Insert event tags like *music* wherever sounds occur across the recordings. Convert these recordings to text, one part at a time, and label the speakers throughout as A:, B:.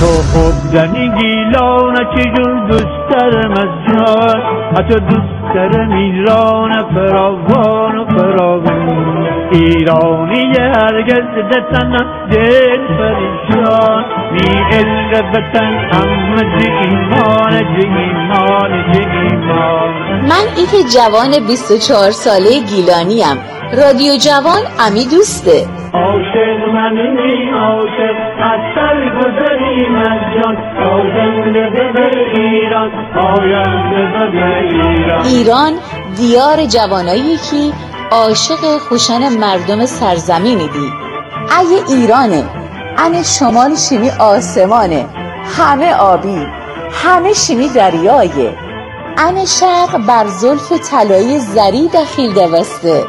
A: تو خوب دنی گیلان چجور دوسترم از جان حتی دوسترم ایران فراوان و فراوان ایرانی هرگز دتن دل پریشان می عشق وطن همه جی ایمان جی ایمان جی ایمان
B: من ایک جوان 24 ساله گیلانیم رادیو جوان امی دوسته
A: عاشق منی عاشق از سر گذریم از جان آینده ببر ایران آینده ببر ایران
B: ایران دیار جوانایی که عاشق خوشن مردم سرزمینی دی ای ایرانه ان شمال شیمی آسمانه همه آبی همه شیمی دریایه ان شرق بر زلف طلایی زری دخیل دوسته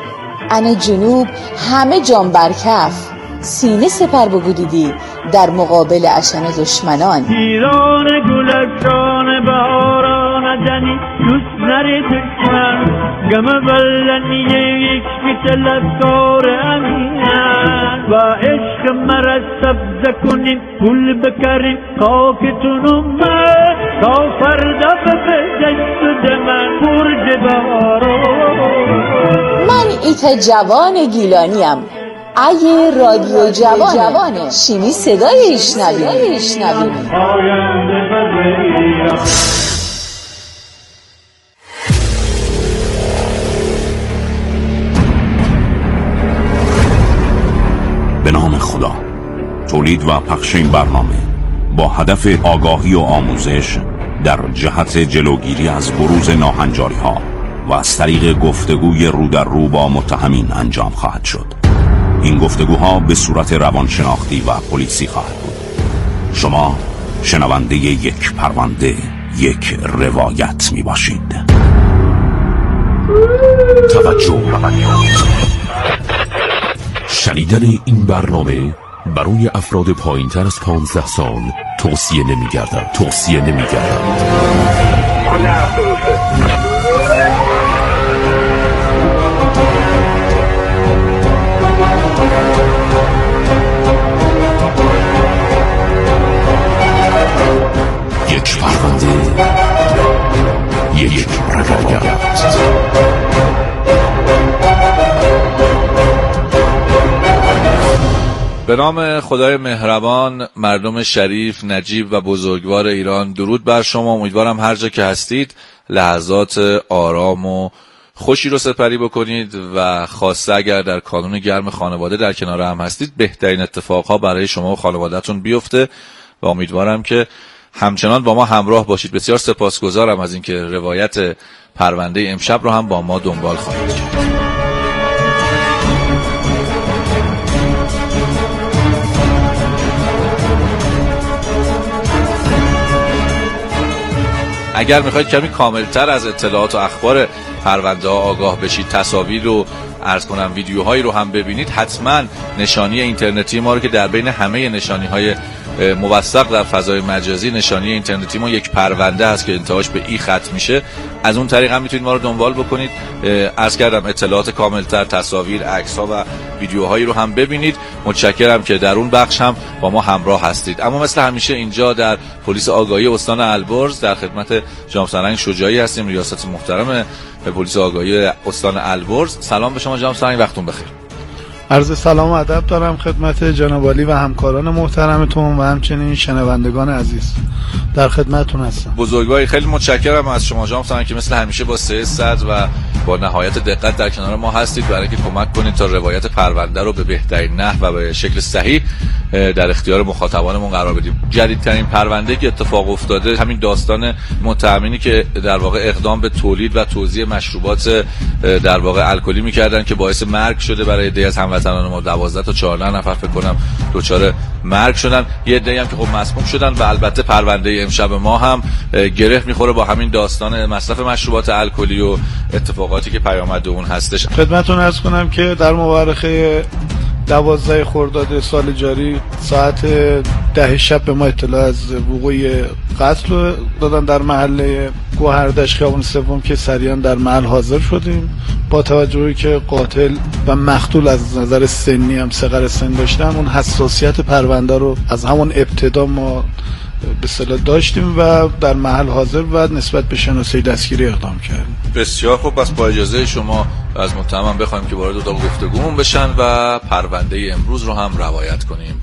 B: ان جنوب همه جان برکف سینه سپر بگودیدی در مقابل اشن دشمنان
A: ایران گلستان بهاران دنی دوست نری دشمن گم بلنی یک بی طلبکار امینن و عشق مرا سبز کنیم گل بکریم خاکتون و من تا فردا به دست من برج بهاران
B: من ایک جوان گیلانیم ای رادیو جوان شیمی صدای ایشنویم
A: آینده بده ایران
C: به نام خدا تولید و پخش این برنامه با هدف آگاهی و آموزش در جهت جلوگیری از بروز ناهنجاری ها و از طریق گفتگوی رو در رو با متهمین انجام خواهد شد این گفتگوها به صورت روانشناختی و پلیسی خواهد بود شما شنونده یک پرونده یک روایت می باشید توجه
D: شنیدن این برنامه برای افراد پایین تر از 15 سال توصیه نمی توصیه نمی یک پرونده یک روایت
E: به نام خدای مهربان مردم شریف نجیب و بزرگوار ایران درود بر شما امیدوارم هر جا که هستید لحظات آرام و خوشی رو سپری بکنید و خاصه اگر در کانون گرم خانواده در کنار هم هستید بهترین اتفاقها برای شما و خانوادهتون بیفته و امیدوارم که همچنان با ما همراه باشید بسیار سپاسگزارم از اینکه روایت پرونده امشب رو هم با ما دنبال خواهید کرد اگر میخواید کمی کاملتر از اطلاعات و اخبار پرونده ها آگاه بشید تصاویر رو ارز کنم ویدیوهایی رو هم ببینید حتما نشانی اینترنتی ما رو که در بین همه نشانی های موثق در فضای مجازی نشانی اینترنتی ما یک پرونده هست که انتهاش به ای ختم میشه از اون طریق هم میتونید ما رو دنبال بکنید ارز کردم اطلاعات کاملتر تصاویر عکس ها و ویدیوهایی رو هم ببینید متشکرم که در اون بخش هم با ما همراه هستید اما مثل همیشه اینجا در پلیس آگاهی استان البرز در خدمت جناب سرنگ شجاعی هستیم ریاست محترم پلیس آگاهی استان البرز سلام به شما جناب سرنگ وقتون بخیر
F: عرض سلام و ادب دارم خدمت جناب عالی و همکاران محترمتون و همچنین شنوندگان عزیز در خدمتتون هستم
E: بزرگواری خیلی متشکرم از شما جام سرنگ که مثل همیشه با سه صد و با نهایت دقت در کنار ما هستید برای اینکه کمک کنید تا روایت پرونده رو به بهترین نحو و به شکل صحیح اه، در اختیار مخاطبانمون قرار بدیم جدیدترین پرونده که اتفاق افتاده همین داستان متهمینی که در واقع اقدام به تولید و توزیع مشروبات اه، در واقع الکلی میکردن که باعث مرگ شده برای عده از هموطنان ما 12 تا 14 نفر فکر کنم دچار مرگ شدن یه عده‌ای هم که خب مسموم شدن و البته پرونده امشب ما هم اه، گره میخوره با همین داستان مصرف مشروبات الکلی و اتفاقاتی که پیامد اون هستش
F: خدمتون ارز کنم که در مورخه دوازده خرداد سال جاری ساعت ده شب به ما اطلاع از وقوع قتل رو دادن در محله گوهردش خیابان سوم که سریعا در محل حاضر شدیم با توجه به که قاتل و مقتول از نظر سنی هم سقر سن داشتن اون حساسیت پرونده رو از همون ابتدا ما به صلاح داشتیم و در محل حاضر و نسبت به شناسه دستگیری اقدام کردیم
E: بسیار خوب پس با اجازه شما از متهمم بخوایم که وارد اتاق گفتگومون بشن و پرونده امروز رو هم روایت کنیم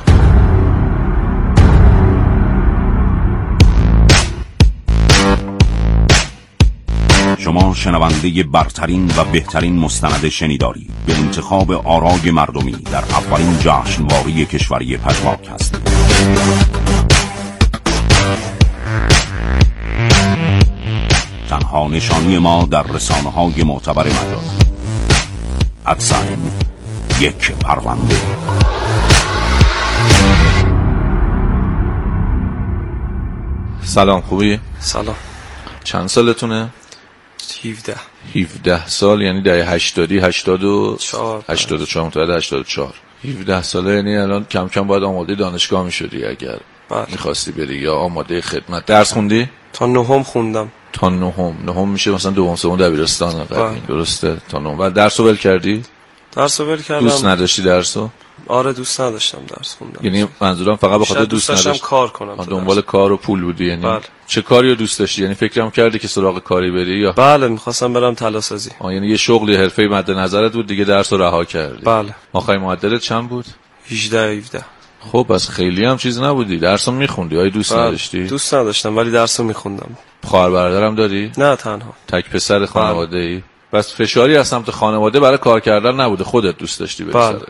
C: شما شنونده برترین و بهترین مستند شنیداری به انتخاب آرای مردمی در اولین جشنواره کشوری پژواک هستید تنها نشانی ما در رسانه های معتبر مجازی ادساین یک پرونده
E: سلام خوبی
G: سلام
E: چند سالتونه
G: 17
E: 17 سال یعنی دهه 80
G: چهار.
E: 84 84 متولد 84 17 ساله یعنی الان کم کم باید آماده دانشگاه می شدی اگر
G: بله.
E: میخواستی بری یا آماده خدمت درس خوندی
G: تا نهم خوندم
E: تا نهم نهم میشه مثلا دوم سوم دبیرستان قدیم
G: بله.
E: درسته تا نهم و درس رو ول کردی
G: درس رو ول کردم
E: دوست نداشتی درسو
G: آره دوست نداشتم درس خوندم
E: یعنی منظورم فقط به خاطر
G: شاید
E: دوست
G: دوست داشتم
E: نداشت
G: کار کنم
E: آه،
G: تو
E: دنبال
G: درس.
E: کار و پول بودی یعنی
G: بله.
E: چه کاری رو دوست داشتی یعنی فکرم کردی که سراغ کاری بری یا
G: بله میخواستم برم تلاسازی
E: آه، یعنی یه شغلی حرفه مد نظرت بود دیگه درس رو رها کردی
G: بله
E: آخرین معدلت چند بود
G: 18 17
E: خب پس خیلی هم چیز نبودی درس رو میخوندی آیا دوست
G: بله.
E: نداشتی
G: دوست نداشتم ولی درس رو میخوندم
E: خواهر برادرم داری
G: نه تنها
E: تک پسر
G: بله.
E: خانواده ای بس فشاری از سمت خانواده برای کار کردن نبوده خودت دوست داشتی بری
G: بله.
E: سر کار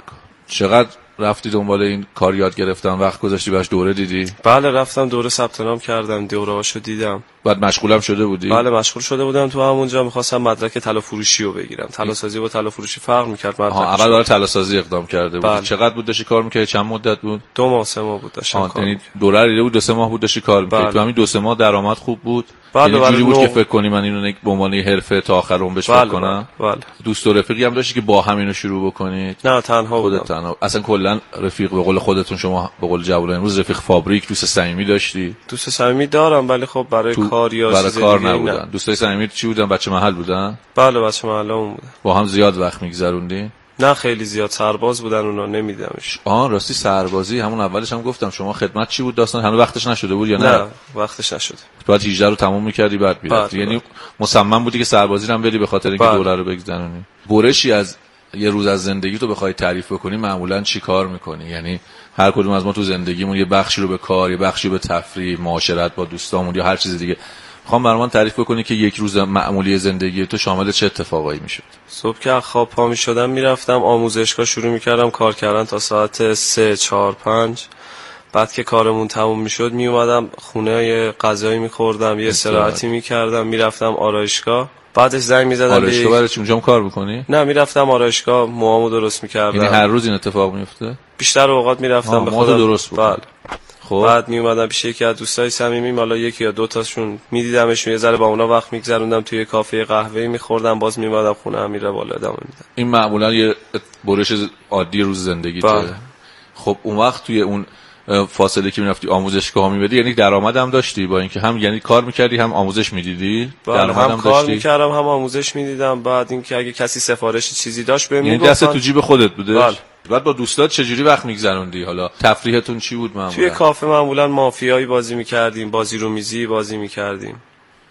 E: چقدر رفتی دنبال این کار یاد گرفتن وقت گذاشتی براش دوره دیدی
G: بله رفتم دوره ثبت نام کردم دوره رو دیدم
E: بعد مشغولم شده بودی
G: بله مشغول شده بودم تو همونجا میخواستم مدرک طلا فروشی رو بگیرم طلا سازی با طلا فروشی فرق میکرد
E: آها
G: مدرکش
E: اول برای تلاسازی اقدام کرده بود
G: بله.
E: چقدر بود داشتی کار میکردی چند مدت بود
G: دو ماه سه ماه بود داشتم
E: آه،
G: کار
E: یعنی
G: می‌کردم.
E: دلار دیده بود دو سه ماه بود داشتی کار میکردی
G: بله.
E: تو همین دو سه ماه درآمد خوب بود
G: بله،
E: یعنی جوری
G: بله،
E: بود
G: نه.
E: که فکر کنی من اینو نک- به عنوان یه حرفه تا آخر عمرش فکر
G: بله
E: کنم
G: بله بله.
E: دوست و رفیقی هم داشتی که با همینو شروع بکنید
G: نه تنها
E: خودت
G: بودم
E: تنها اصلا کلا رفیق به قول خودتون شما به قول جواب امروز رفیق فابریک دوست صمیمی داشتی
G: دوست صمیمی دارم ولی خب برای کار یا
E: برای
G: چیز
E: کار
G: دیگه‌ای نه.
E: نبودن دوستای صمیمی چی بودن بچه محل بودن
G: بله بچه معلم بودن
E: با هم زیاد وقت میگذروندی
G: نه خیلی زیاد سرباز بودن اونا نمیدمش
E: آه راستی سربازی همون اولش هم گفتم شما خدمت چی بود داستان هنوز وقتش نشده بود یا نه,
G: نه وقتش نشد
E: باید 18 رو تموم میکردی بعد میرفتی
G: بله،
E: یعنی
G: بله.
E: مصمم بودی که سربازی رو هم بری به خاطر اینکه
G: بله.
E: دوره رو بگذرونی برشی از یه روز از زندگی تو بخوای تعریف بکنی معمولا چی کار میکنی یعنی هر کدوم از ما تو زندگیمون یه بخشی رو به کار یه بخشی به تفریح معاشرت با دوستامون یا هر چیز دیگه میخوام برای من تعریف بکنی که یک روز معمولی زندگی تو شامل چه اتفاقایی میشد
G: صبح که از خواب پا می شدم میرفتم آموزشگاه شروع میکردم کار کردن تا ساعت سه چهار پنج بعد که کارمون تموم میشد می اومدم خونه یه غذایی میخوردم یه استراحتی میکردم میرفتم آرایشگاه بعدش زنگ میزدم آره، به
E: آرایشگاه
G: یک...
E: آره، برای چی اونجا هم کار میکنی
G: نه میرفتم آرایشگاه موامو درست
E: یعنی هر
G: میکردم
E: روز این اتفاق میفته
G: بیشتر اوقات
E: آه،
G: میرفتم بله. به
E: موهاتو
G: خودم
E: درست بکن.
G: بله.
E: خب
G: بعد می اومدم پیش یکی از دوستای صمیمیم حالا یکی یا دو تاشون میدیدمشون یه ذره با اونا وقت میگذروندم توی یه کافه قهوه میخوردم باز می اومدم خونه هم میره بالا ادامه میدم
E: این معمولا یه برش عادی روز زندگی
G: بله.
E: خب اون وقت توی اون اه، فاصله که میرفتی آموزشگاه میبدی یعنی درآمد هم داشتی با اینکه هم یعنی کار میکردی هم آموزش میدیدی
G: بله
E: درآمد
G: هم
E: هم
G: کار
E: داشتی
G: میکردم هم آموزش میدیدم بعد اینکه اگه کسی سفارش چیزی داشت بهم
E: یعنی
G: میگفتن
E: دست تو جیب خودت بوده
G: بله.
E: بعد با دوستات چجوری وقت میگذروندی حالا تفریحتون چی بود معمولا
G: توی کافه معمولا مافیایی بازی میکردیم بازی رو میزی بازی میکردیم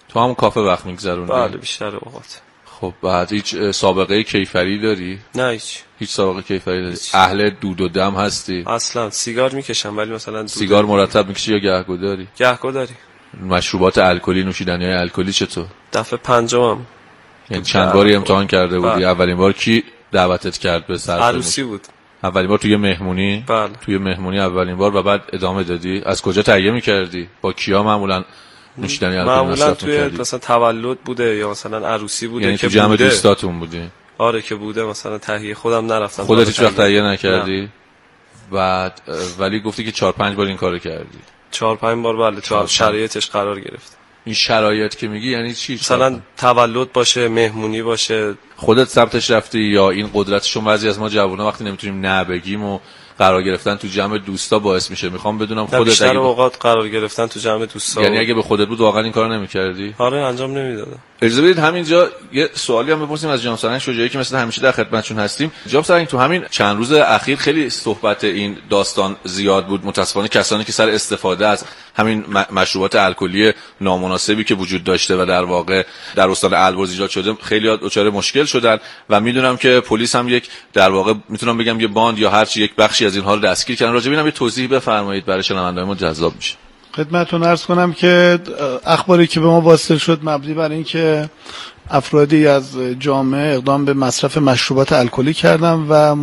E: تو هم کافه وقت میگذروندی
G: بله بیشتر اوقات
E: خب بعد هیچ اه، سابقه کیفری داری
G: نه هیچ
E: هیچ سابقه کیفری داری اهل دود و دم هستی
G: اصلا سیگار میکشم ولی مثلا دود-
E: سیگار مرتب میکشی یا گهگداری
G: گهگو داری
E: مشروبات الکلی نوشیدنی های الکلی چطور
G: دفعه پنجمم
E: یعنی چند باری امتحان کرده بودی
G: بله.
E: اولین بار کی دعوتت کرد به سر
G: عروسی بود
E: اولین بار توی مهمونی
G: بله.
E: توی مهمونی اولین بار و بعد ادامه دادی از کجا تهیه میکردی با کیا معمولا نوشیدنی الکلی
G: معمولا
E: مصرف
G: توی
E: میکردی
G: مثلا تولد بوده یا مثلا عروسی بوده
E: یعنی
G: که
E: تو جمع
G: بوده.
E: دوستاتون بودی
G: آره که بوده مثلا تهیه خودم نرفتم
E: خودت هیچ وقت تهیه
G: نه.
E: نکردی بعد اه، ولی گفتی که چهار پنج بار این کارو کردی
G: چهار پنج بار بله تو شرایطش قرار گرفت
E: این شرایط که میگی یعنی چی
G: مثلا تولد باشه مهمونی باشه
E: خودت سمتش رفتی یا این قدرتشون بعضی از ما جوونا وقتی نمیتونیم نه بگیم و قرار گرفتن تو جمع دوستا باعث میشه میخوام بدونم
G: نه
E: خودت
G: بیشتر
E: اگه ب-
G: اوقات قرار گرفتن تو جمع دوستا
E: یعنی
G: و-
E: اگه به خودت بود واقعا این کارو نمیکردی
G: آره انجام نمیدادم
E: اجازه بدید همینجا یه سوالی هم بپرسیم از جام سرنگ شجاعی که مثل همیشه در خدمتشون هستیم جام سرنگ تو همین چند روز اخیر خیلی صحبت این داستان زیاد بود متاسفانه کسانی که سر استفاده از همین م- مشروبات الکلی نامناسبی که وجود داشته و در واقع در استان البرز ایجاد شده خیلی دچار مشکل شدن و میدونم که پلیس هم یک در واقع میتونم بگم یه باند یا هرچی یک بخشی از اینها رو دستگیر کردن راجع به اینم یه توضیح بفرمایید برای شنوندگان ما جذاب میشه
F: خدمتتون عرض کنم که اخباری که به ما واصل شد مبنی بر اینکه افرادی از جامعه اقدام به مصرف مشروبات الکلی کردن و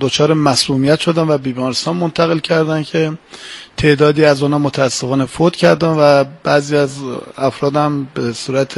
F: دچار مسمومیت شدن و بیمارستان منتقل کردن که تعدادی از آنها متاسفانه فوت کردن و بعضی از افراد هم به صورت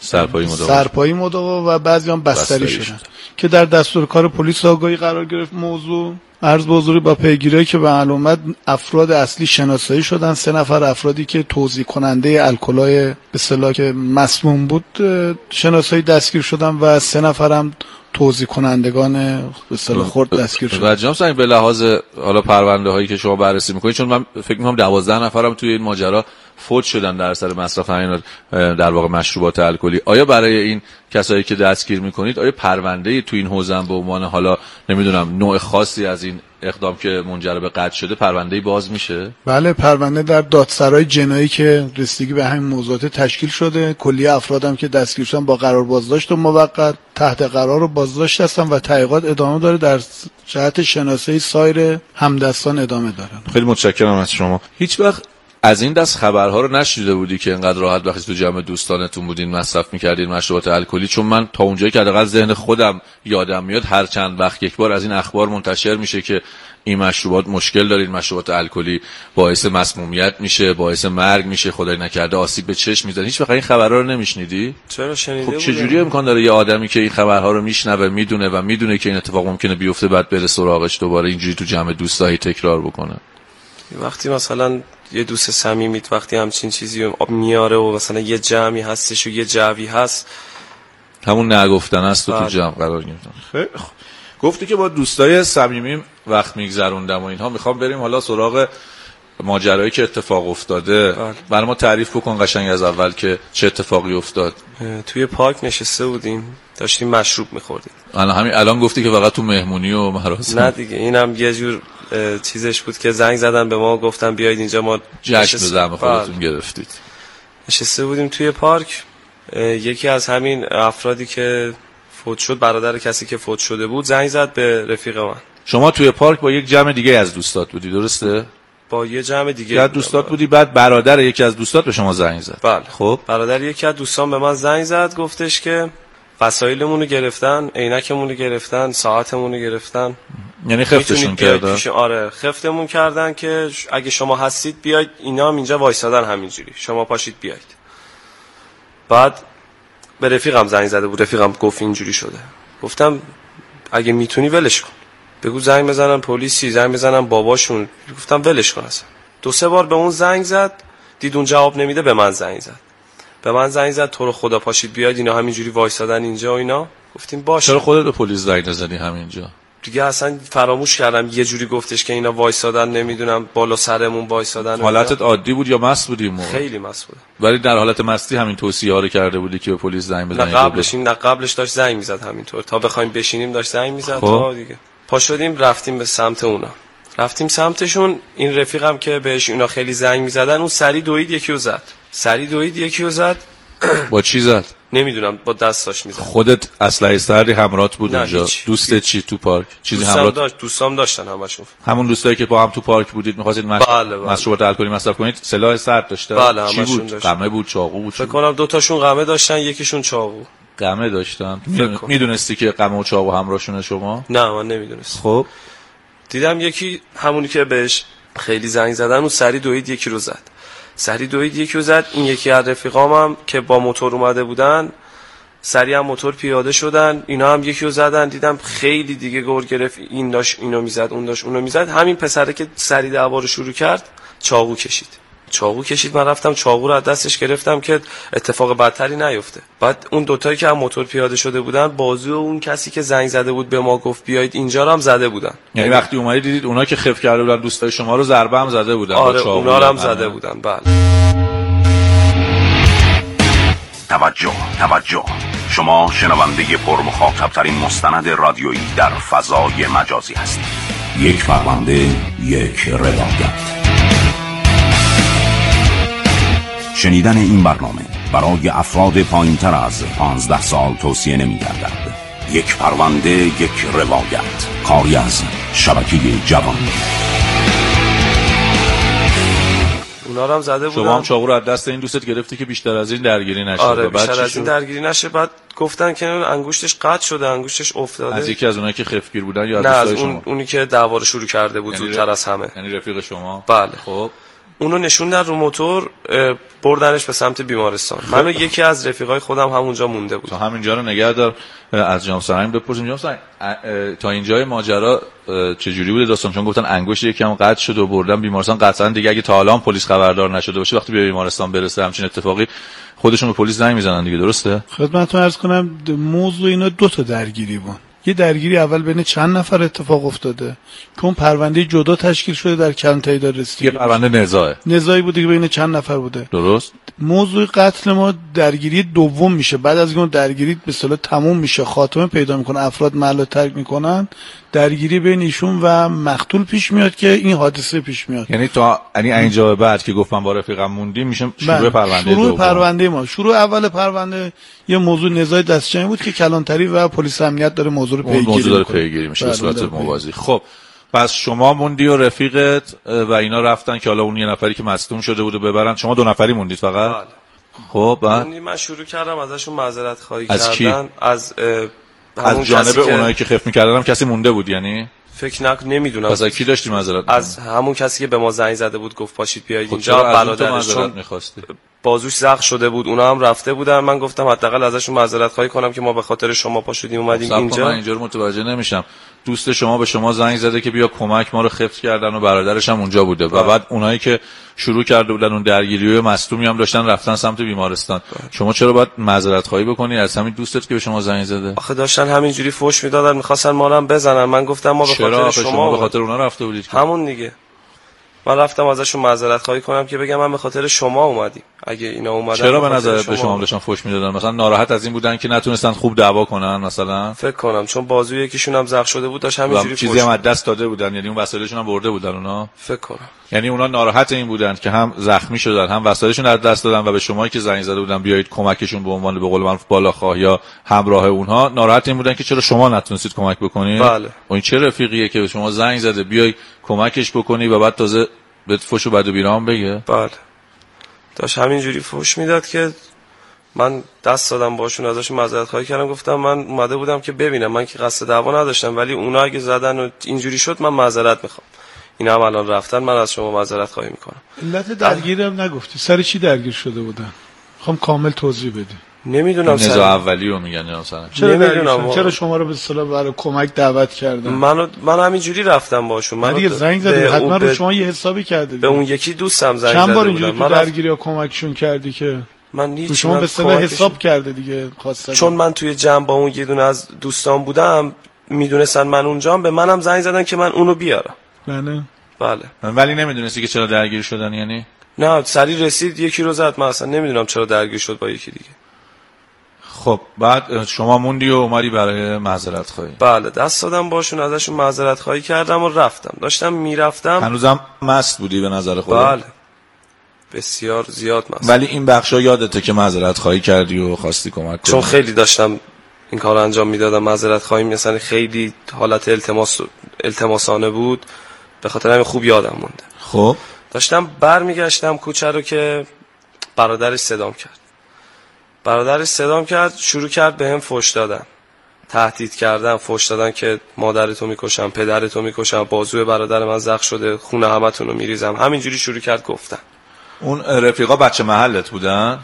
E: سرپایی مدام
F: سرپایی مداوا و بعضی هم بستری
E: بستری
F: شدن
E: شدن.
F: که در دستور کار پلیس آگاهی قرار گرفت موضوع عرض بزرگی با پیگیری که به علامت افراد اصلی شناسایی شدن سه نفر افرادی که توضیح کننده الکلای به اصطلاح که مسموم بود اه، شناسایی دستگیر شدن و سه نفر هم توضیح کنندگان به اصطلاح خرد دستگیر شدن
E: و جناب سنگ به لحاظ حالا پرونده هایی که شما بررسی میکنید چون من فکر میکنم دوازده نفرم توی این ماجرا فوت شدن در اثر مصرف همین اه، در واقع مشروبات الکلی آیا برای این کسایی که دستگیر میکنید آیا پرونده تو این حوزه هم به عنوان حالا نمیدونم نوع خاصی از این اقدام که منجر به قتل شده پرونده باز میشه
F: بله پرونده در دادسرای جنایی که رسیدگی به همین موضوعات تشکیل شده کلیه افرادم که دستگیر شدن با قرار بازداشت و موقت تحت قرار و بازداشت هستن و تحقیقات ادامه داره در جهت شناسایی سایر همدستان ادامه دارن
E: خیلی متشکرم از شما هیچ وقت از این دست خبرها رو نشیده بودی که اینقدر راحت وقتی تو جمع دوستانتون بودین مصرف میکردین مشروبات الکلی چون من تا اونجایی که حداقل ذهن خودم یادم میاد هر چند وقت یک بار از این اخبار منتشر میشه که این مشروبات مشکل دارین مشروبات الکلی باعث مسمومیت میشه باعث مرگ میشه خدای نکرده آسیب به چشم میزنه هیچ وقت این خبرها رو نمیشنیدی
G: چرا شنیده
E: خب
G: بودم.
E: چجوری امکان داره یه آدمی که این خبرها رو میشنوه میدونه و میدونه که این اتفاق ممکنه بیفته بعد بره سراغش دوباره اینجوری تو جمع دوستایی تکرار بکنه
G: وقتی مثلا یه دوست صمیمیت وقتی همچین چیزی رو میاره و مثلا یه جمعی هستش و یه جوی هست
E: همون نگفتن است و تو
G: بله.
E: جمع قرار گرفتن خیلی خوب. گفتی که با دوستای صمیمیم وقت میگذروندم و اینها میخوام بریم حالا سراغ ماجرایی که اتفاق افتاده
G: بله.
E: برای ما تعریف بکن قشنگ از اول که چه اتفاقی افتاد
G: اه، توی پارک نشسته بودیم داشتیم مشروب میخوردیم
E: الان همین الان گفتی که فقط تو مهمونی و مراسم
G: نه دیگه اینم یه جور اه، چیزش بود که زنگ زدن به ما گفتن بیاید اینجا ما
E: جشن
G: نشست-
E: زم خودتون
G: بله.
E: گرفتید
G: نشسته بودیم توی پارک اه، یکی از همین افرادی که فوت شد برادر کسی که فوت شده بود زنگ زد به رفیق من
E: شما توی پارک با یک جمع دیگه از دوستات بودی درسته؟
G: با یه جمع دیگه
E: یه
G: بودم.
E: دوستات بودی بعد برادر یکی از دوستات به شما زنگ زد
G: بله
E: خب
G: برادر یکی از دوستان به من زنگ زد گفتش که وسایلمون رو گرفتن عینکمون رو گرفتن ساعتمون رو گرفتن
E: یعنی خفتشون
G: می‌تونید بیاید
E: کردن
G: پیش- آره خفتمون کردن که ش- اگه شما هستید بیاید اینا هم اینجا وایسادن همینجوری شما پاشید بیاید بعد به رفیقم زنگ زده بود رفیقم گفت اینجوری شده گفتم اگه میتونی ولش کن بگو زنگ بزنن پلیسی زنگ بزنن باباشون گفتم ولش کن اصلا دو سه بار به اون زنگ زد دید اون جواب نمیده به من زنگ زد به من زنگ زد تو رو خدا پاشید بیاید اینا همینجوری وایسادن اینجا و اینا گفتیم باشه
E: چرا خودت به پلیس زنگ نزدی همینجا
G: دیگه اصلا فراموش کردم یه جوری گفتش که اینا وایسادن نمیدونم بالا سرمون وایسادن
E: حالتت عادی بود یا مست بودی اون موقع؟
G: خیلی مست بوده
E: ولی در حالت مستی همین توصیه ها رو کرده بودی که به پلیس زنگ
G: نه
E: بزنی
G: قبلش این نه قبلش داشت زنگ میزد همینطور تا بخوایم بشینیم داشت زنگ میزد
E: خب.
G: تا دیگه پا شدیم رفتیم به سمت اونا رفتیم سمتشون این رفیقم که بهش اونا خیلی زنگ میزدن اون سری دوید یکی رو زد سری دوید یکی رو زد
E: با چی زد
G: نمیدونم با دستاش میزد
E: خودت اسلحه سردی همراهت بود
G: نه،
E: اونجا
G: هیچ.
E: دوست چی تو پارک چیزی
G: دوستم
E: همراه
G: داشت دوستام داشتن همشون
E: همون دوستایی که با هم تو پارک بودید می‌خواستید مش...
G: بله، بله.
E: مشروبات الکلی مصرف کنید سلاح سرد داشته
G: بله،
E: چی
G: همشون
E: بود
G: داشت.
E: قمه بود چاقو بود چی
G: فکر
E: بود؟
G: کنم دوتاشون قمه داشتن یکیشون چاقو
E: قمه داشتن
G: کن.
E: میدونستی که قمه و چاقو همراهشونه شما
G: نه من نمیدونست
E: خب
G: دیدم یکی همونی که بهش خیلی زنگ زدن اون سری دوید یکی رو زد سری دوید یکی رو زد این یکی از رفیقام هم که با موتور اومده بودن سری هم موتور پیاده شدن اینا هم یکی رو زدن دیدم خیلی دیگه گور گرفت این داشت اینو میزد اون داشت اونو میزد همین پسره که سری دعوا رو شروع کرد چاقو کشید چاقو کشید من رفتم چاقو رو از دستش گرفتم که اتفاق بدتری نیفته بعد اون دوتایی که هم موتور پیاده شده بودن بازو اون کسی که زنگ زده بود به ما گفت بیایید اینجا رو هم زده بودن
E: یعنی وقتی اومدی دیدید اونا که خف کرده بودن دوستای شما رو ضربه هم زده بودن با
G: آره
E: چاقو.
G: اونا رو هم زده بودن بله
C: توجه توجه شما شنونده پر ترین مستند رادیویی در فضای مجازی هستید یک پرونده یک روایت شنیدن این برنامه برای افراد پایینتر از 15 سال توصیه نمی گردد یک پرونده یک روایت کاری از شبکه جوان
G: اونا رو هم زده بودن
E: شما هم چاقو رو از دست این دوستت گرفتی که بیشتر از این درگیری نشه
G: آره
E: و بعد
G: بیشتر
E: چی
G: از این
E: شد؟
G: درگیری نشه بعد گفتن که انگشتش قطع شده انگشتش افتاده
E: از یکی از اونایی که خفگیر بودن یا از
G: نه از
E: دوستای
G: اون
E: شما
G: اونی که دعوا رو شروع کرده بود
E: یعنی
G: زودتر
E: ر-
G: از همه
E: یعنی رفیق شما
G: بله.
E: خب
G: اونو نشوندن رو موتور اه، بردنش به سمت بیمارستان من و یکی از رفیقای خودم همونجا مونده بود
E: تا همینجا رو نگه دار اه، از جام سرنگ بپرسیم جام سرنگ اه، اه، تا اینجای ماجرا اه، چجوری بوده داستان چون گفتن انگشت یکم قطع شد و بردن بیمارستان قطعا دیگه اگه تا الان پلیس خبردار نشده باشه وقتی به بیمارستان برسه همچین اتفاقی خودشون به پلیس زنگ میزنن دیگه درسته
F: خدمتتون عرض کنم د- موضوع اینا دو تا درگیری بود یه درگیری اول بین چند نفر اتفاق افتاده که اون پرونده جدا تشکیل شده در کلانتری دارستی
E: یه پرونده نزاعه
F: نزایی بوده که بین چند نفر بوده
E: درست
F: موضوع قتل ما درگیری دوم میشه بعد از اینکه اون درگیری به صلاح تموم میشه خاتمه پیدا میکنه افراد محل رو ترک میکنن درگیری بین ایشون و مقتول پیش میاد که این حادثه پیش میاد
E: یعنی تا یعنی اینجا به بعد که گفتم با رفیقم موندیم میشم شروع
F: بله.
E: پرونده
F: شروع
E: دوم.
F: پرونده ما شروع اول پرونده یه موضوع نزاع دستجمعی بود که کلانتری و پلیس امنیت داره موضوع رو
E: اون
F: پیگیری
E: موضوع داره
F: می‌کنه.
E: پیگیری میشه به
F: بله،
E: صورت
F: داره پیگیری.
E: موازی خب پس شما موندی و رفیقت اه، و اینا رفتن که حالا اون یه نفری که مصدوم شده بود و ببرن شما دو نفری موندید فقط
G: بله.
E: خب بعد
G: یعنی من شروع کردم ازشون معذرت خواهی
E: از کی؟
G: کردن از اه، همون
E: از جانب
G: کسی که
E: اونایی که خف میکردن هم کسی مونده بود یعنی
G: فکر نک نمیدونم
E: پس از کی داشتی معذرت
G: از همون کسی که به ما زنگ زده بود گفت پاشید بیایید
E: خب
G: اینجا
E: چرا از اون تو
G: برادرش
E: معذرت
G: چون
E: میخواستی
G: بازوش زخم شده بود اونا هم رفته بودن من گفتم حداقل ازشون معذرت خواهی کنم که ما به خاطر شما پا شدیم اومدیم
E: صبر خب، کن، من
G: اینجا
E: اینجا رو متوجه نمیشم دوست شما به شما زنگ زده که بیا کمک ما رو خفت کردن و برادرش هم اونجا بوده
G: بله.
E: و بعد اونایی که شروع کرده بودن اون درگیری و مصدومی هم داشتن رفتن سمت بیمارستان
G: بله.
E: شما چرا باید معذرت خواهی بکنی از همین دوستت که به شما زنگ زده
G: آخه داشتن همینجوری فوش میدادن میخواستن ما رو هم بزنن من گفتم ما به
E: چرا
G: خاطر
E: به
G: شما,
E: شما به
G: اومدیم.
E: خاطر اونا رفته بودید که
G: همون دیگه من رفتم ازشون معذرت خواهی کنم که بگم من به خاطر شما اومدیم اگه اینا اومدن
E: چرا به
G: خاطر
E: نظرت به شما هم
G: اومدم.
E: داشتن فوش میدادن مثلا ناراحت از این بودن که نتونستن خوب دعوا کنن مثلا
G: فکر کنم چون بازوی یکیشون هم زخم شده بود داشت
E: و
G: همینجوری
E: چیزی هم
G: فوش
E: از دست داده بودن یعنی اون وسایلشون هم برده بودن اونا
G: فکر کنم
E: یعنی اونا ناراحت این بودن که هم زخمی شدن هم وسایلشون از دست دادن و به شما که زنگ زده بودن بیایید کمکشون به عنوان به قول من بالا خواه یا همراه اونها ناراحت این بودن که چرا شما نتونستید کمک بکنید
G: بله.
E: و این چه رفیقیه که به شما زنگ زده بیای کمکش بکنی و بعد تازه بهت فش و بد و بیرام بگه
G: بله داشت همینجوری فوش میداد که من دست دادم باشون ازشون معذرت خواهی کردم گفتم من اومده بودم که ببینم من که قصد دعوا نداشتم ولی اونا اگه زدن و اینجوری شد من معذرت میخوام اینا هم الان رفتن من از شما معذرت خواهی میکنم
F: علت درگیری هم نگفتی سر چی درگیر شده بودن خب کامل توضیح بدی
G: نمیدونم
E: نزا
G: سر
E: اولی رو میگن جناب سرنگ.
F: چرا
G: نمی‌دونم
F: درگیر شدن؟
G: واقعا.
F: چرا شما رو به صلاح برای کمک دعوت کردن
G: من من همینجوری رفتم باشون
F: من
G: من
F: دیگه زنگ زدی حتما رو شما یه حسابی کرده
G: به
F: دیگه.
G: اون یکی دوستم زنگ
F: چند
G: زده
F: بار
G: بودم.
F: اینجوری تو
G: من رفت-
F: درگیری یا کمکشون کردی که
G: من
F: به
G: هیچ
F: شما
G: من
F: به صلاح
G: کمکش-
F: حساب کرده دیگه خواسته
G: چون من توی جمع با اون یه دونه از دوستان بودم میدونستن من اونجام به منم زنگ زدن که من اونو بیارم
F: نه
G: بله
E: ولی نمیدونستی که چرا درگیر شدن یعنی
G: نه سری رسید یکی رو زد من اصلا نمیدونم چرا درگیر شد با یکی دیگه
E: خب بعد شما موندی و اومدی برای معذرت خواهی
G: بله دست دادم باشون ازشون معذرت خواهی کردم و رفتم داشتم میرفتم
E: هنوزم مست بودی به نظر خودت
G: خب. بله بسیار زیاد من
E: ولی این بخشا یادته که معذرت خواهی کردی و خواستی کمک کنی
G: چون خیلی داشتم این کار رو انجام میدادم معذرت خواهی مثلا خیلی حالت التماس التماسانه بود به خاطر همین خوب یادم مونده
E: خب
G: داشتم برمیگشتم کوچه رو که برادرش صدام کرد برادرش صدام کرد شروع کرد به هم فش دادن تهدید کردن فش دادن که مادرتو میکشم پدرتو میکشم بازوی برادر من زخ شده خونه همتون رو میریزم همینجوری شروع کرد گفتن
E: اون رفیقا بچه محلت بودن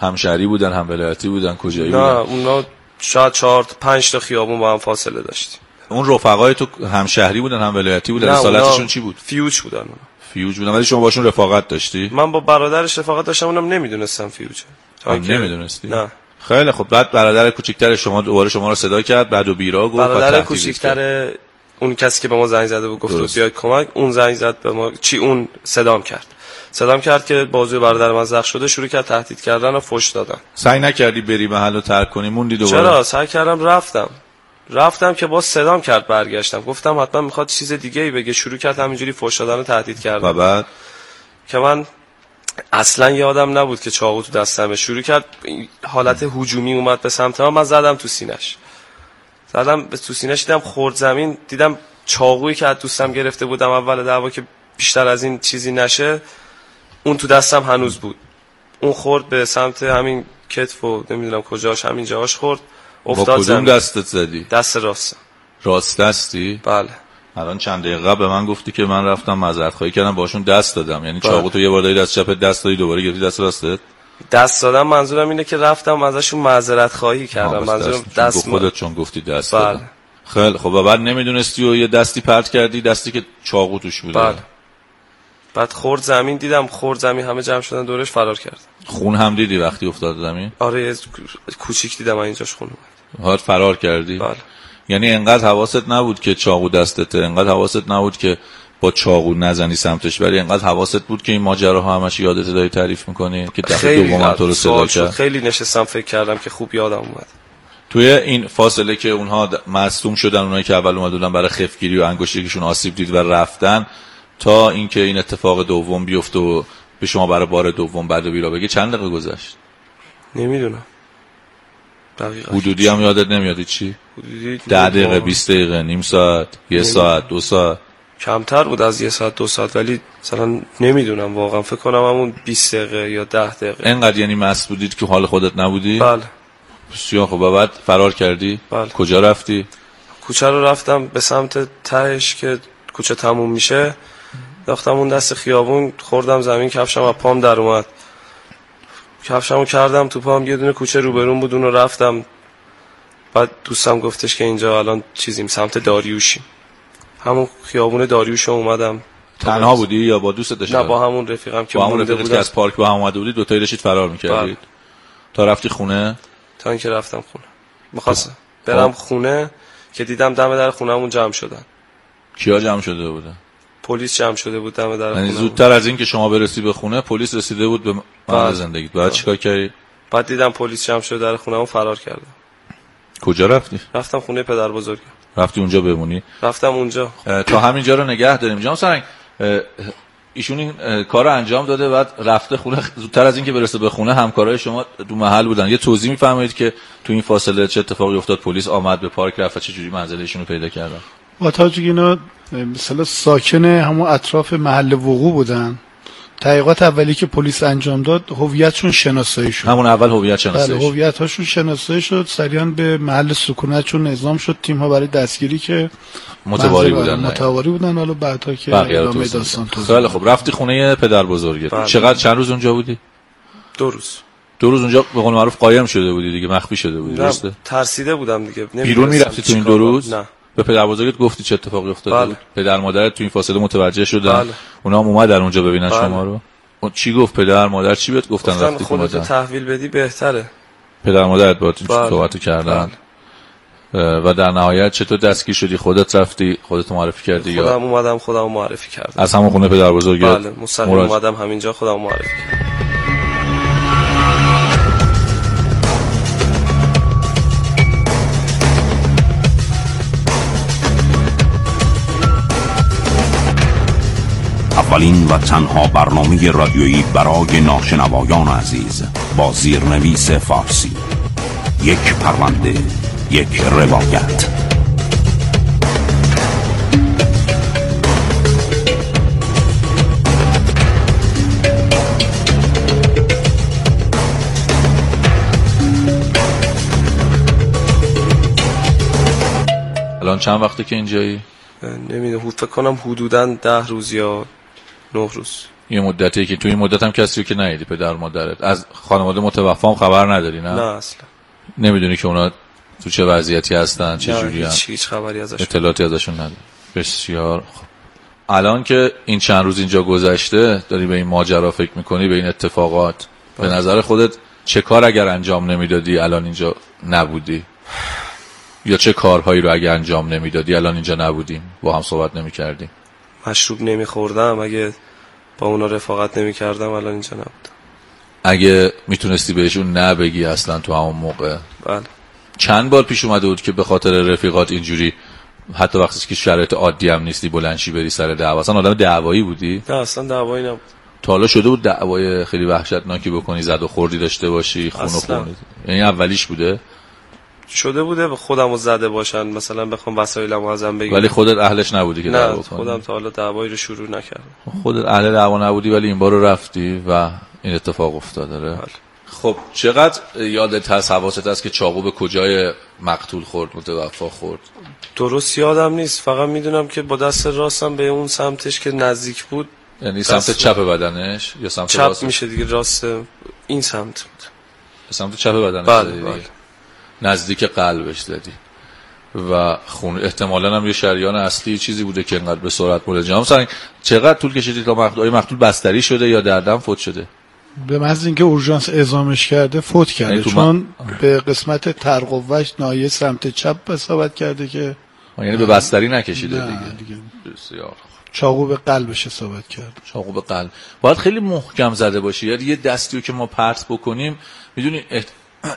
E: همشهری بودن هم ولایتی بودن کجایی
G: نه
E: بودن
G: اونا شاید چهار تا- پنج تا خیابون با هم فاصله داشتیم
E: اون رفقای تو هم شهری بودن هم ولایتی بودن
G: نه، اونا
E: اصالتشون چی بود
G: فیوج بودن اونا.
E: فیوج بودن ولی شما باشون رفاقت داشتی
G: من با برادرش رفاقت داشتم اونم نمیدونستم فیوجه تا
E: هم
G: اینکه-
E: نمیدونستی
G: نه
E: خیلی خب بعد برادر کوچیکتر شما دوباره شما رو صدا کرد بعد و بیرا گفت و
G: برادر
E: تهدیدت کرد.
G: کوچیکتر اون کسی که به ما زنگ زده بود گفت
E: درست.
G: بیاید کمک اون زنگ زد به ما چی اون صدام کرد صدام کرد که بازوی برادر من زخم شده شروع کرد تهدید کردن و فش دادن
E: سعی نکردی بری محل رو ترک کنی موندی دوباره
G: چرا سعی کردم رفتم رفتم که باز صدام کرد برگشتم گفتم حتما میخواد چیز دیگه ای بگه شروع کرد همینجوری فش دادن و تهدید کردن
E: و بعد
G: که من اصلا یادم نبود که چاقو تو دستمه شروع کرد حالت هجومی اومد به سمت من من زدم تو سینش زدم به تو سینش دیدم خورد زمین دیدم چاقویی که از دوستم گرفته بودم اول دعوا که بیشتر از این چیزی نشه اون تو دستم هنوز بود اون خورد به سمت همین کتف و نمیدونم کجاش همین جاهاش خورد
E: با
G: افتاد
E: کدوم
G: زمین
E: دستت زدی
G: دست راستم
E: راست دستی
G: بله
E: الان چند دقیقه قبل به من گفتی که من رفتم معذرت خواهی کردم باشون دست دادم یعنی چاقو تو یه بار داری دست چپ دست دادی دوباره گرفتی دست راستت
G: دست دادم منظورم اینه که رفتم ازشون معذرت خواهی کردم
E: آه، بس
G: منظورم
E: دست-
G: دست
E: گفت خودت چون گفتی دست
G: بله.
E: دادم. خیلی خب و بعد نمیدونستی و یه دستی پرت کردی دستی که چاقو توش بوده
G: بله بعد خورد زمین دیدم خورد زمین همه جمع شدن دورش فرار کرد
E: خون هم دیدی وقتی افتاد زمین
G: آره یه کو- کوچیک دیدم اینجاش خون اومد
E: هات فرار کردی
G: بله
E: یعنی انقدر حواست نبود که چاقو دستته انقدر حواست نبود که با چاقو نزنی سمتش ولی انقدر حواست بود که این ماجرا ها همش یادت داری تعریف میکنی که دفعه
G: خیلی
E: دوم هم تو رو صدا
G: سوال شد
E: کرد
G: خیلی نشستم فکر کردم که خوب یادم اومد
E: توی این فاصله که اونها د- مصدوم شدن اونایی که اول اومده بودن برای خفگیری و انگشتکشون آسیب دید و رفتن تا اینکه این اتفاق دوم بیفته و به شما برای بار دوم بعد و بیرا بگه چند دقیقه گذشت
G: نمیدونم دقیقا
E: حدودی هم یادت نمیادی چی
G: حدودی
E: ده دقیقه 20 دقیقه نیم ساعت یه ساعت دو ساعت
G: کمتر بود از یه ساعت دو ساعت ولی مثلا نمیدونم واقعا فکر کنم همون 20 دقیقه یا 10 دقیقه
E: انقدر یعنی مست بودید که حال خودت نبودی
G: بله
E: بسیار خب و بعد فرار کردی
G: بله.
E: کجا رفتی
G: کوچه رو رفتم به سمت تهش که کوچه تموم میشه داختم اون دست خیابون خوردم زمین کفشم و پام در اومد کفشمو کردم تو پام یه دونه کوچه روبرون بود اونو رفتم بعد دوستم گفتش که اینجا الان چیزیم سمت داریوشیم همون خیابون داریوش رو اومدم
E: تنها بودی یا با دوستت داشتی
G: نه با همون رفیقم که
E: با همون
G: مونده
E: رفیقت که
G: بودم.
E: از پارک با هم اومده بودید دوتایی داشتید فرار میکردید
G: بله.
E: تا رفتی خونه
G: تا اینکه رفتم خونه
E: خب.
G: میخواستم برم خونه که دیدم دم در خونهمون جمع شدن
E: کیا جمع شده بودن
G: پلیس جمع شده بود دم در
E: یعنی
G: خونهمون.
E: زودتر از این که شما برسی به خونه پلیس رسیده بود به محل
G: بله.
E: زندگیت بعد چیکار کردی
G: بعد دیدم پلیس جمع شده در خونهمون فرار کردم
E: کجا رفتی
G: رفتم خونه پدر بزرگم
E: رفتی اونجا بمونی
G: رفتم اونجا خب،
E: اه، تا همینجا رو نگه داریم جام سرنگ اه، ایشون این اه، کار رو انجام داده بعد رفته خونه زودتر از اینکه برسه به خونه همکارای شما دو محل بودن یه توضیح میفرمایید که تو این فاصله چه اتفاقی افتاد پلیس آمد به پارک رفت و چه جوری منزل ایشون رو پیدا کردن
F: با توجه که اینا مثلا ساکن همون اطراف محل وقوع بودن تحقیقات اولی که پلیس انجام داد هویتشون شناسایی شد
E: همون اول هویت
F: بله
E: شناسایی شد.
F: هویت هاشون شناسایی شد سریعا به محل سکونتشون اعزام شد تیم ها برای دستگیری که
E: متواری
F: منظور-
E: بودن نه.
F: متواری بودن حالا بعدا که
E: بقیه رو
F: ادامه
E: توضیح
F: داستان
E: می‌دم.
F: توضیح
E: خیلی خب رفتی خونه پدر بزرگت
G: بله.
E: چقدر چند روز اونجا بودی
G: دو روز
E: دو روز اونجا به قول معروف قایم شده بودی دیگه مخفی شده بودی
G: نه،
E: درسته
G: ترسیده بودم دیگه
E: بیرون
G: نمی‌دونستم
E: میرفتی تو این
G: چیکار
E: دو روز
G: کنم. نه
E: به پدر بزرگت گفتی چه اتفاقی افتاده
G: بله.
E: بود پدر مادرت تو این فاصله متوجه شدن
G: بله.
E: اونا هم اومدن اونجا ببینن
G: بله.
E: شما رو اون چی گفت پدر مادر چی بهت گفتن
G: گفتن
E: وقتی که
G: خودتو
E: اومدن؟
G: تحویل بدی بهتره
E: پدر مادرت با
G: بله.
E: صحبت کردن اه، و در نهایت چطور دستگیر شدی خودت رفتی خودت معرفی کردی یا
G: خودم اومدم خودم معرفی کردم
E: از همون خونه پدر بزرگت
G: بله مستقیم اومدم همینجا خودم معرفی کردم
C: اولین و تنها برنامه رادیویی برای ناشنوایان عزیز با زیرنویس فارسی یک پرونده یک روایت
E: الان چند وقته که اینجایی
G: نمیدونم فکر کنم حدودا ده روز یا نه روز
E: یه مدتی که تو این مدت هم کسی رو که ندیدی پدر مادرت از خانواده متوفام خبر نداری
G: نه اصلا
E: نمیدونی که اونا تو چه وضعیتی هستن چه
G: نه،
E: جوری هستن
G: هیچ, هیچ خبری ازش
E: اطلاعاتی ازشون نداریم بسیار خب الان که این چند روز اینجا گذشته داری به این ماجرا فکر میکنی به این اتفاقات به
G: بله.
E: نظر خودت چه کار اگر انجام نمیدادی الان اینجا نبودی یا چه کارهایی رو اگر انجام نمیدادی الان اینجا نبودیم با هم صحبت نمیکردیم
G: مشروب نمیخوردم اگه با اونا رفاقت نمیکردم الان اینجا نبودم
E: اگه میتونستی بهشون نبگی اصلا تو همون موقع
G: بله
E: چند بار پیش اومده بود که به خاطر رفیقات اینجوری حتی وقتی که شرایط عادی هم نیستی بلنشی بری سر دعوا اصلا آدم دعوایی بودی
G: نه اصلا دعوایی نبود
E: تا حالا شده بود دعوای خیلی وحشتناکی بکنی زد و خوردی داشته باشی خون و
G: اصلا.
E: خونی یعنی اولیش بوده
G: شده بوده به خودم رو زده باشن مثلا بخوام وسایلم رو ازم بگیرن
E: ولی خودت اهلش نبودی که
G: نه
E: دعوا کنی
G: خودم تا حالا دعوایی رو شروع نکردم
E: خودت اهل دعوا نبودی ولی این بار رو رفتی و این اتفاق افتاد داره
G: بله.
E: خب چقدر یادت هست حواست هست که چاقو به کجای مقتول خورد متوفا خورد
G: درست یادم نیست فقط میدونم که با دست راستم به اون سمتش که نزدیک بود
E: یعنی سمت
G: دست-
E: چپ بدنش یا سمت
G: چپ
E: راست
G: میشه دیگه راست این سمت بود
E: سمت چپ بدنش
G: بله،
E: زدی
G: بله.
E: دیگه. نزدیک قلبش زدی و خون احتمالا هم یه شریان اصلی چیزی بوده که انقدر به سرعت ملجام سنگ چقدر طول کشیدی تا مقتول آیا مقتول بستری شده یا دردم فوت شده
F: به محض اینکه اورژانس اعزامش کرده فوت کرده
E: یعنی تو
F: چون به قسمت ترقوش ناحیه سمت چپ اصابت کرده که
E: یعنی به بستری نکشیده
F: نه،
E: دیگه
F: دیگه
E: بسیار خوب.
F: چاقو به قلبش اصابت کرده
E: چاقو به قلب باید خیلی محکم زده باشی یعنی یه دستی رو که ما پرت بکنیم میدونی احت...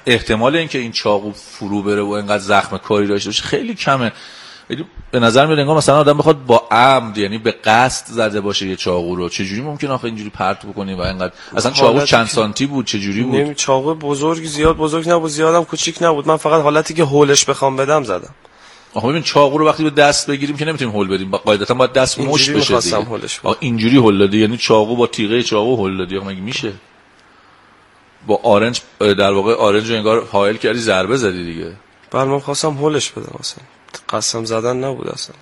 E: احتمال اینکه این چاقو فرو بره و انقدر زخم کاری داشته باشه خیلی کمه یعنی به نظر میاد انگار مثلا آدم بخواد با عمد یعنی به قصد زده باشه یه چاقو رو چه جوری ممکن آخه اینجوری پرت بکنی و انقدر اصلا چاقو
G: حالتی
E: چند
G: که-
E: سانتی بود چه جوری
G: نمی
E: بود
G: چاقو بزرگ زیاد بزرگ نبود زیادم کوچیک نبود من فقط حالتی که هولش بخوام بدم زدم
E: آخه خب ببین چاقو رو وقتی به دست بگیریم که نمیتونیم هول بدیم با- قاعدتا باید دست
G: اینجوری
E: مش بشه دیگه
G: می‌خواستم هلش بدم.
E: آه، اینجوری هول دادی یعنی چاقو با تیغه چاقو هول دادی آخه مگه میشه با آرنج در واقع آرنج رو انگار حائل کردی ضربه زدی دیگه
G: بله من خواستم هولش بدم اصلا قسم زدن نبود اصلا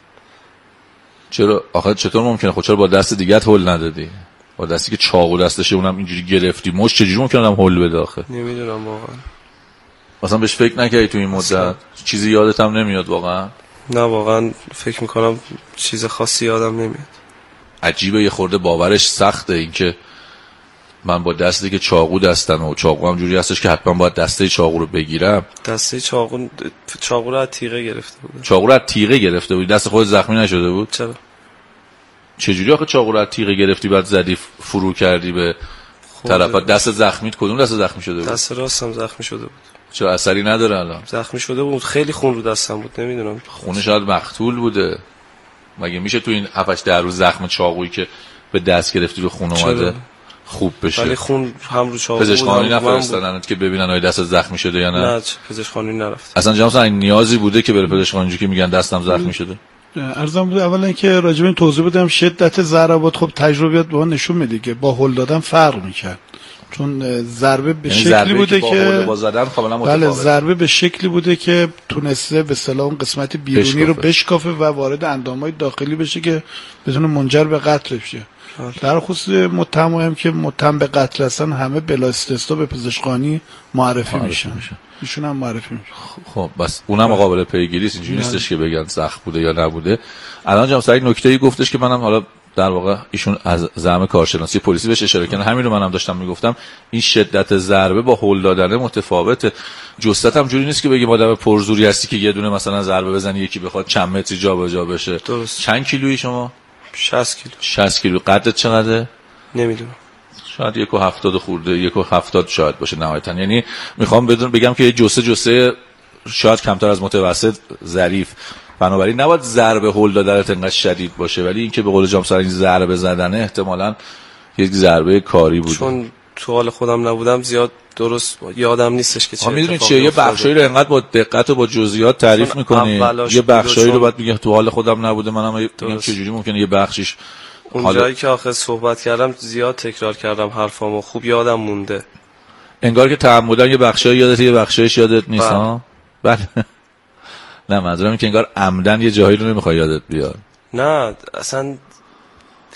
E: چرا آخه چطور ممکنه خب چرا با دست دیگت هول ندادی با دستی که چاقو دستشه اونم اینجوری گرفتی مش چجوری ممکنه آدم هول بده آخه
G: نمیدونم واقعا
E: مثلا بهش فکر نکردی تو این مدت
G: اصلا.
E: چیزی یادت هم نمیاد واقعا
G: نه واقعا فکر میکنم چیز خاصی یادم نمیاد
E: عجیبه یه خورده باورش سخته اینکه من با دستی که چاقو دستم و چاقو هم جوری هستش که حتما باید دسته چاقو رو بگیرم
G: دسته چاقو چاقو رو از تیغه گرفته بودم
E: چاقو رو از تیغه گرفته بودی دست خود زخمی نشده بود
G: چرا
E: چجوری آخه چاقو رو از تیغه گرفتی بعد زدی فرو کردی به طرف دست زخمیت کدوم دست زخمی شده بود
G: دست راستم زخمی شده بود
E: چرا اثری نداره الان
G: زخمی شده بود خیلی خون رو دستم بود نمیدونم
E: خونه شاید مقتول بوده مگه میشه تو این 7 8 روز زخم چاقویی که به دست گرفتی به خون اومده
G: چرا؟
E: خوب بشه
G: ولی خون هم رو چاقو بود
E: پزشکانی
G: هم رو من بود.
E: نفرستادنت که ببینن آیا دست زخمی شده یا
G: نه چه پزشکخانه نرفت
E: اصلا جناب این نیازی بوده که بره پزشکان اینجوری که میگن دستم زخمی شده
F: ارزم بوده اولا که راجب این توضیح بدم شدت ضربات خب تجربیات به ما نشون میده که با هل دادن فرق میکرد چون اه، ضربه به
E: یعنی
F: شکلی
E: ضربه‌ای
F: بوده
E: با حوله
F: که
E: با زدن کاملا
F: بله
E: متفاوته
F: ضربه به شکلی بوده که تونسته به صلاح اون قسمت بیرونی رو
E: بشکافه.
F: بشکافه و وارد اندامهای داخلی بشه که بتونه منجر به قتل بشه
G: بله.
F: در خصوص متهم هم که متهم به قتل هستن همه بلا استثنا به پزشکانی معرفی, میشن ایشون هم معرفی میشن
E: خب بس اونم قابل پیگیری است
F: بله.
E: اینجوری نیستش که بگن زخم بوده یا نبوده الان جناب سعید نکته ای گفتش که منم حالا در واقع ایشون از زعم کارشناسی پلیسی بهش اشاره کردن همین رو منم داشتم میگفتم این شدت ضربه با هل دادن متفاوته جستت هم جوری نیست که بگیم آدم پرزوری هستی که یه دونه مثلا ضربه بزنی یکی بخواد چند متری جابجا بشه
G: درست.
E: چند کیلویی شما
G: 60 کیلو
E: 60 کیلو قدت چقدره
G: نمیدونم
E: شاید یک و هفتاد خورده یک و هفتاد شاید باشه نهایتا یعنی میخوام بدون بگم که یه جسه جسه شاید کمتر از متوسط ظریف بنابراین نباید ضربه هل دادنت انقدر شدید باشه ولی اینکه به قول جام این ضربه زدنه احتمالا یک ضربه کاری بود
G: چون تو حال خودم نبودم زیاد درست یادم نیستش که چه
E: ها میدونید
G: اتفاقی
E: چیه یه
G: افتاده.
E: بخشایی رو انقدر با دقت و با جزئیات تعریف
G: چون
E: میکنی
G: اولاش
E: یه
G: بود و
E: بخشایی رو
G: چون-
E: باید میگه تو حال خودم نبوده منم یه- میگم
G: درست.
E: چجوری ممکنه یه بخشیش
G: اون
E: حالا-
G: جایی که آخر صحبت کردم زیاد تکرار کردم حرفامو خوب یادم مونده
E: انگار که تعمدن یه بخشای یادت یه بخشایش یادت نیست
G: بله.
E: ها بله *laughs* نه منظورم اینه که انگار عمدن یه جایی رو نمیخوای یادت بیاد
G: نه اصلا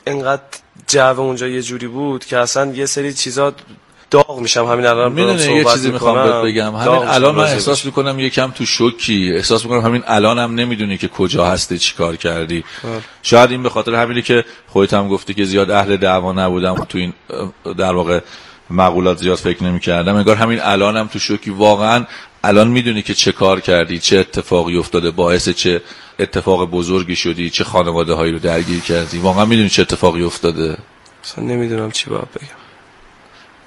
G: انقدر جو اونجا یه جوری بود که اصلا یه سری چیزا داغ میشم همین الان دارم
E: میدونی یه
G: صحبت
E: چیزی میخوام
G: می‌کنم.
E: بهت بگم
G: داغ
E: همین
G: میشم
E: الان من
G: راجع
E: احساس
G: بهش.
E: میکنم یکم تو شوکی احساس میکنم همین الانم نمیدونی که کجا هستی چی کار کردی
G: بله.
E: شاید این به خاطر همینه که خودت هم گفتی که زیاد اهل دعوا نبودم تو این اه، در واقع مقولات زیاد فکر نمیکردم انگار همین الانم تو شوکی واقعا الان میدونی که چه کار کردی چه اتفاقی افتاده باعث چه اتفاق بزرگی شدی چه خانواده هایی رو درگیر کردی واقعا میدونی چه اتفاقی افتاده
G: اصلا نمیدونم چی باید بگم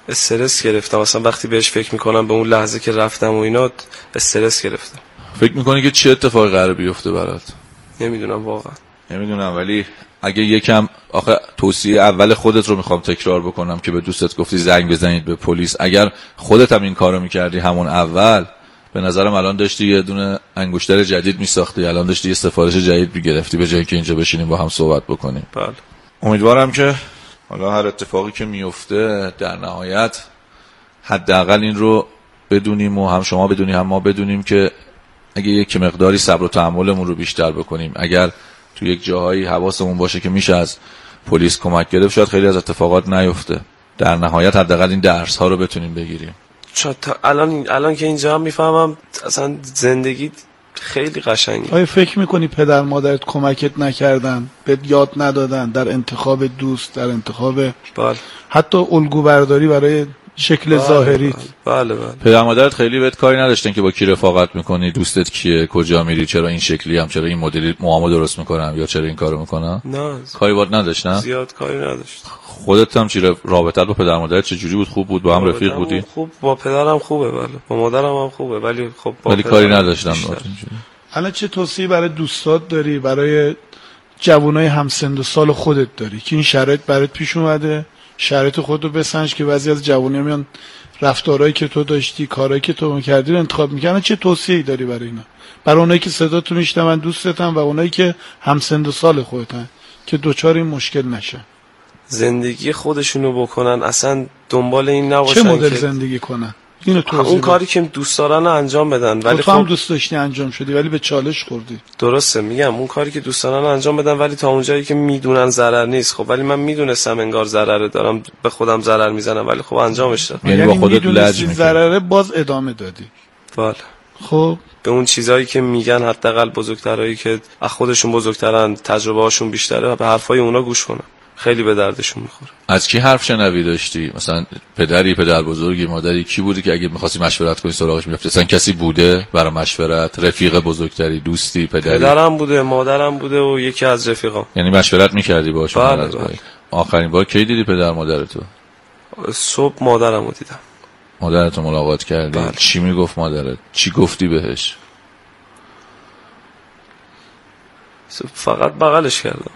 G: استرس گرفتم اصلا وقتی بهش فکر میکنم به اون لحظه که رفتم و اینا استرس گرفتم
E: فکر میکنی که چه اتفاقی قرار بیفته برات
G: نمیدونم واقعا
E: نمیدونم ولی اگه یکم آخه توصیه اول خودت رو میخوام تکرار بکنم که به دوستت گفتی زنگ بزنید به پلیس اگر خودت هم این کارو میکردی همون اول به نظرم الان داشتی یه دونه انگشتر جدید میساختی الان داشتی یه سفارش جدید میگرفتی به جای اینکه اینجا بشینیم با هم صحبت بکنیم
G: بله
E: امیدوارم که حالا هر اتفاقی که میفته در نهایت حداقل این رو بدونیم و هم شما بدونی هم ما بدونیم که اگه یک مقداری صبر و تحملمون رو بیشتر بکنیم اگر تو یک جاهایی حواسمون باشه که میشه از پلیس کمک گرفت شاید خیلی از اتفاقات نیفته در نهایت حداقل این درس ها رو بتونیم بگیریم
G: چون تا الان الان که اینجا هم میفهمم اصلا زندگی خیلی قشنگه
F: آیا فکر میکنی پدر مادرت کمکت نکردن بهت یاد ندادن در انتخاب دوست در انتخاب
G: بله
F: حتی الگو برداری برای شکل ظاهری
G: بله بله
E: پدر مادرت خیلی بهت کاری نداشتن که با کی رفاقت میکنی دوستت کیه کجا میری چرا این شکلی هم چرا این مدلی موامو درست میکنم یا چرا این کارو میکنم
G: نه ز-
E: کاری باد نداشتن
G: زیاد کاری نداشت
E: خودت هم چی رف- رابطت با پدر مادرت چه جوری بود خوب بود با هم رفیق
G: رابطه‌مون
E: بودی
G: خوب با پدرم خوبه بله با مادرم هم خوبه ولی خب با
E: ولی
G: پدرم
E: کاری نداشتم
G: بیشتر.
F: الان چه توصیه برای دوستات داری برای جوانای همسند و سال خودت داری که این شرایط برات پیش اومده شرایط خود رو بسنج که بعضی از جوانه میان رفتارهایی که تو داشتی کارهایی که تو کردی رو انتخاب میکنن چه توصیه‌ای داری برای اینا برای اونایی که صدا تو میشنون دوستتن و اونایی که همسند و سال خودتن که دوچار این مشکل نشن
G: زندگی خودشونو بکنن اصلا دنبال این
F: چه
G: نباشن
F: مدل
G: که خب،
F: زندگی کنن اینو توضیح
G: اون
F: بده.
G: کاری که دوست دارن رو انجام بدن
F: خب
G: ولی
F: تو هم
G: خب
F: دوست داشتی انجام شدی ولی به چالش خوردی
G: درسته میگم اون کاری که دوست دارن رو انجام بدن ولی تا اونجایی که میدونن ضرر نیست خب ولی من میدونستم انگار ضرره دارم به خودم ضرر میزنم ولی خب انجامش دادم
E: یعنی با خودت لج
F: میدونستی
E: میکنی
F: ضرره باز ادامه دادی
G: بله
F: خب
G: به اون چیزهایی که میگن حداقل بزرگترایی که از خودشون بزرگترن تجربه هاشون بیشتره به حرفای اونا گوش کنن خیلی به دردشون میخوره
E: از کی حرف شنوی داشتی مثلا پدری پدر بزرگی مادری کی بودی که اگه میخواستی مشورت کنی سراغش میرفتی اصلا کسی بوده برای مشورت رفیق بزرگتری دوستی پدری
G: پدرم بوده مادرم بوده و یکی از رفیقام
E: یعنی مشورت میکردی باهاش
G: بله،
E: هر از
G: بله.
E: گاهی؟ آخرین بار کی دیدی پدر مادر تو
G: صبح مادرم رو دیدم
E: مادرت رو ملاقات کردی
G: بله.
E: چی میگفت مادرت چی گفتی بهش
G: صبح فقط بغلش کردم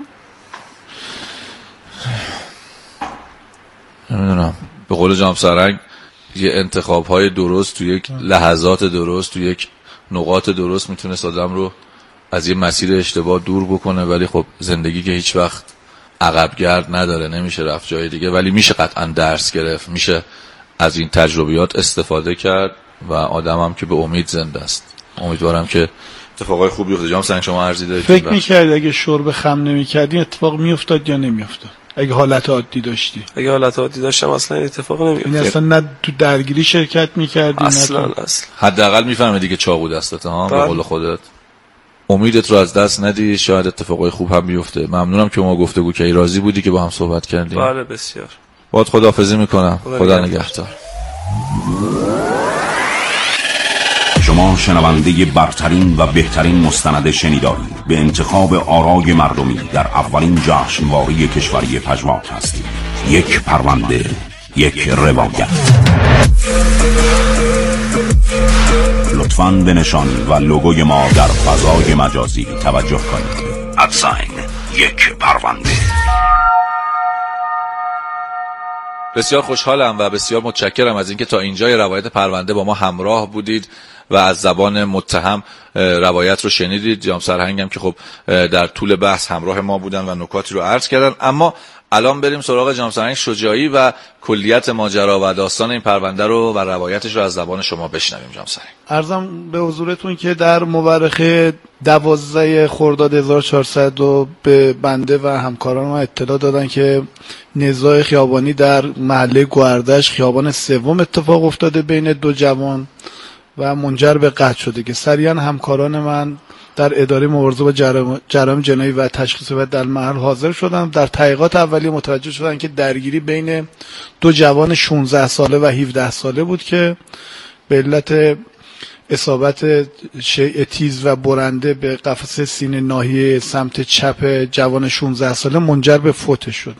E: نمیدونم به قول جام سرنگ یه انتخاب های درست تو یک لحظات درست تو یک نقاط درست میتونه آدم رو از یه مسیر اشتباه دور بکنه ولی خب زندگی که هیچ وقت عقب گرد نداره نمیشه رفت جای دیگه ولی میشه قطعا درس گرفت میشه از این تجربیات استفاده کرد و آدم هم که به امید زنده است امیدوارم که اتفاقای خوبی بیفته جام سرنگ شما ارزی دارید بله.
F: فکر میکردی اگه شرب خم نمیکردی اتفاق میافتاد یا نمیافتاد اگه حالت عادی داشتی
G: اگه حالت عادی داشتم اصلا این اتفاق
F: این
G: نمیفته
F: اصلا نه تو درگیری شرکت میکردی
G: اصلا
F: نه تو-
G: اصلا
E: حداقل میفهمه دیگه چاقو دستت ها به
G: بله.
E: قول خودت امیدت رو از دست ندی شاید اتفاقای خوب هم بیفته ممنونم که ما گفتگو کردی راضی بودی که با هم صحبت کردیم
G: بله بسیار
E: باید خداحافظی میکنم
G: خدا
E: خدا
G: نگهدار.
E: نگهدار
C: شما شنونده برترین و بهترین مستند شنیداری به انتخاب آرای مردمی در اولین جشنواری کشوری پژواک هستید یک پرونده یک روایت لطفاً به نشانی و لوگوی ما در فضای مجازی توجه کنید ادساین یک پرونده
E: بسیار خوشحالم و بسیار متشکرم از اینکه تا اینجای روایت پرونده با ما همراه بودید و از زبان متهم روایت رو شنیدید جام سرهنگ هم که خب در طول بحث همراه ما بودن و نکاتی رو عرض کردن اما الان بریم سراغ جام سرهنگ شجاعی و کلیت ماجرا و داستان این پرونده رو و روایتش رو از زبان شما بشنویم جام سرهنگ
F: ارزم به حضورتون که در مورخه دوازده خرداد 1400 رو به بنده و همکاران ما اطلاع دادن که نزاع خیابانی در محله گوردش خیابان سوم اتفاق افتاده بین دو جوان و منجر به قتل شده که سریعا همکاران من در اداره مبارزه با جرم- جرایم جنایی و تشخیص و در محل حاضر شدم در تحقیقات اولیه متوجه شدن که درگیری بین دو جوان 16 ساله و 17 ساله بود که به علت اصابت شیء تیز و برنده به قفسه سینه ناحیه سمت چپ جوان 16 ساله منجر به فوتش شده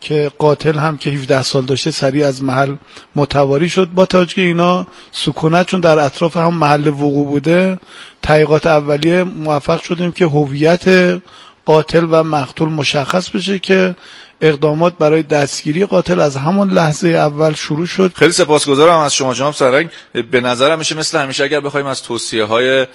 F: که قاتل هم که 17 سال داشته سریع از محل متواری شد با توجه که اینا سکونت چون در اطراف هم محل وقوع بوده تحقیقات اولیه موفق شدیم که هویت قاتل و مقتول مشخص بشه که اقدامات برای دستگیری قاتل از همان لحظه اول شروع شد
E: خیلی سپاسگزارم از شما جناب سرنگ به نظرم میشه مثل همیشه اگر بخوایم از توصیه های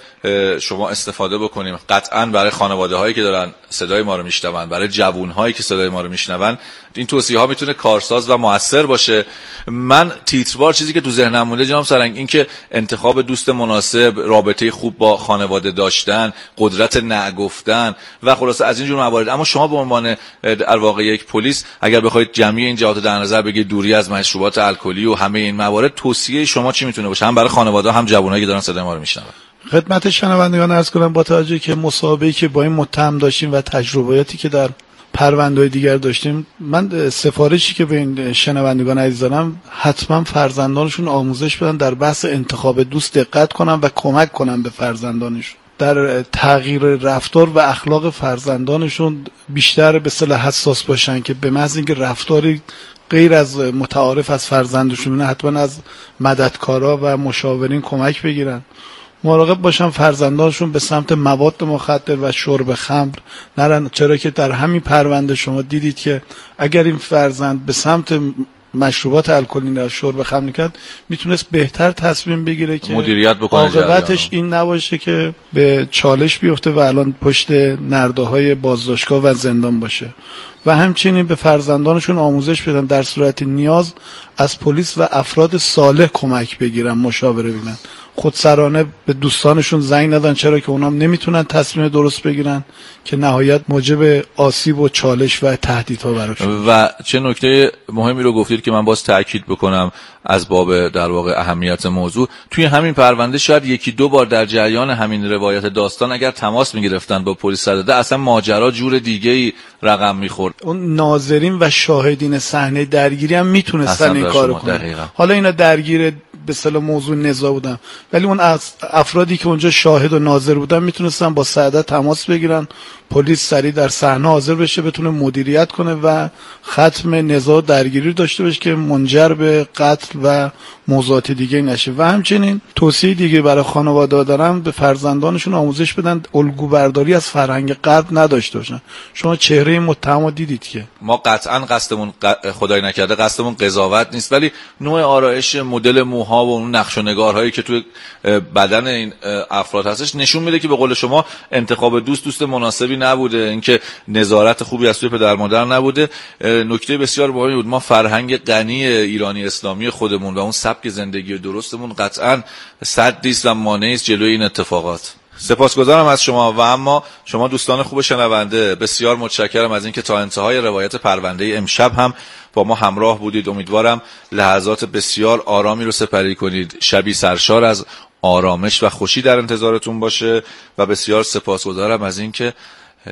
E: شما استفاده بکنیم قطعا برای خانواده هایی که دارن صدای ما رو میشنون برای جوون هایی که صدای ما رو میشنون این توصیه ها میتونه کارساز و موثر باشه من تیتروار چیزی که تو ذهنم مونده جناب سرنگ این که انتخاب دوست مناسب رابطه خوب با خانواده داشتن قدرت نگفتن و خلاصه از اینجور موارد اما شما به عنوان در واقع یک پلیس اگر بخواید جمعی این جهات رو در نظر بگیرید دوری از مشروبات الکلی و همه این موارد توصیه شما چی میتونه باشه هم برای خانواده هم جوانایی که دارن صدای ما رو میشنون
F: خدمت شنوندگان ارز کنم با توجه که مسابقه که با این متهم داشتیم و تجربیاتی که در پرونده دیگر داشتیم من سفارشی که به این شنوندگان عزیز دارم حتما فرزندانشون آموزش بدن در بحث انتخاب دوست دقت کنن و کمک کنن به فرزندانشون در تغییر رفتار و اخلاق فرزندانشون بیشتر به صلاح حساس باشن که به محض اینکه رفتاری غیر از متعارف از فرزندشون بینه حتما از مددکارا و مشاورین کمک بگیرن مراقب باشن فرزندانشون به سمت مواد مخدر و شرب خمر نرن چرا که در همین پرونده شما دیدید که اگر این فرزند به سمت مشروبات الکلی و شرب خمر کرد میتونست بهتر تصمیم بگیره که
E: مدیریت بکنه
F: عاقبتش
E: جریانو.
F: این نباشه که به چالش بیفته و الان پشت نرده های بازداشتگاه و زندان باشه و همچنین به فرزندانشون آموزش بدن در صورت نیاز از پلیس و افراد صالح کمک بگیرن مشاوره بگیرن خودسرانه به دوستانشون زنگ ندن چرا که اونام نمیتونن تصمیم درست بگیرن که نهایت موجب آسیب و چالش و تهدیدها براشون
E: و چه نکته مهمی رو گفتید که من باز تاکید بکنم از باب در واقع اهمیت موضوع توی همین پرونده شاید یکی دو بار در جریان همین روایت داستان اگر تماس میگرفتن با پلیس 110 اصلا ماجرا جور دیگه ای رقم میخورد
F: اون ناظرین و شاهدین صحنه درگیری هم
E: اصلا
F: میتونستن این
E: در
F: کارو
E: شما
F: کنن
E: دقیقا.
F: حالا اینا درگیر به صلاح موضوع نزاع بودن ولی اون از افرادی که اونجا شاهد و ناظر بودن میتونستن با سعدت تماس بگیرن پلیس سریع در صحنه حاضر بشه بتونه مدیریت کنه و ختم نزاع و درگیری رو داشته باشه که منجر به قتل و موضوعات دیگه نشه و همچنین توصیه دیگه برای خانواده دارم به فرزندانشون آموزش بدن الگو برداری از فرهنگ غرب نداشته باشن شما چهره متهم رو دیدید که
E: ما قطعا قصدمون ق- خدای نکرده قصدمون قضاوت نیست ولی نوع آرایش مدل موها و اون نقش و نگارهایی که توی اه، بدن این اه، افراد هستش نشون میده که به قول شما انتخاب دوست دوست مناسبی نبوده اینکه نظارت خوبی از سوی پدر مادر نبوده اه، نکته بسیار مهمی بود ما فرهنگ غنی ایرانی اسلامی خودمون و اون سبک زندگی درستمون قطعا صد و مانعی است جلوی این اتفاقات سپاسگزارم از شما و اما شما دوستان خوب شنونده بسیار متشکرم از اینکه تا انتهای روایت پرونده امشب هم با ما همراه بودید امیدوارم لحظات بسیار آرامی رو سپری کنید شبی سرشار از آرامش و خوشی در انتظارتون باشه و بسیار سپاسگزارم از اینکه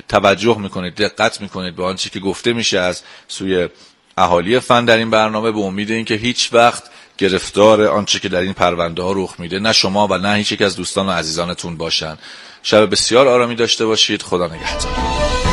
E: توجه میکنید دقت میکنید به آنچه که گفته میشه از سوی اهالی فن در این برنامه به امید اینکه هیچ وقت گرفتار آنچه که در این پرونده ها رخ میده نه شما و نه هیچ یک از دوستان و عزیزانتون باشن شب بسیار آرامی داشته باشید خدا نگهدار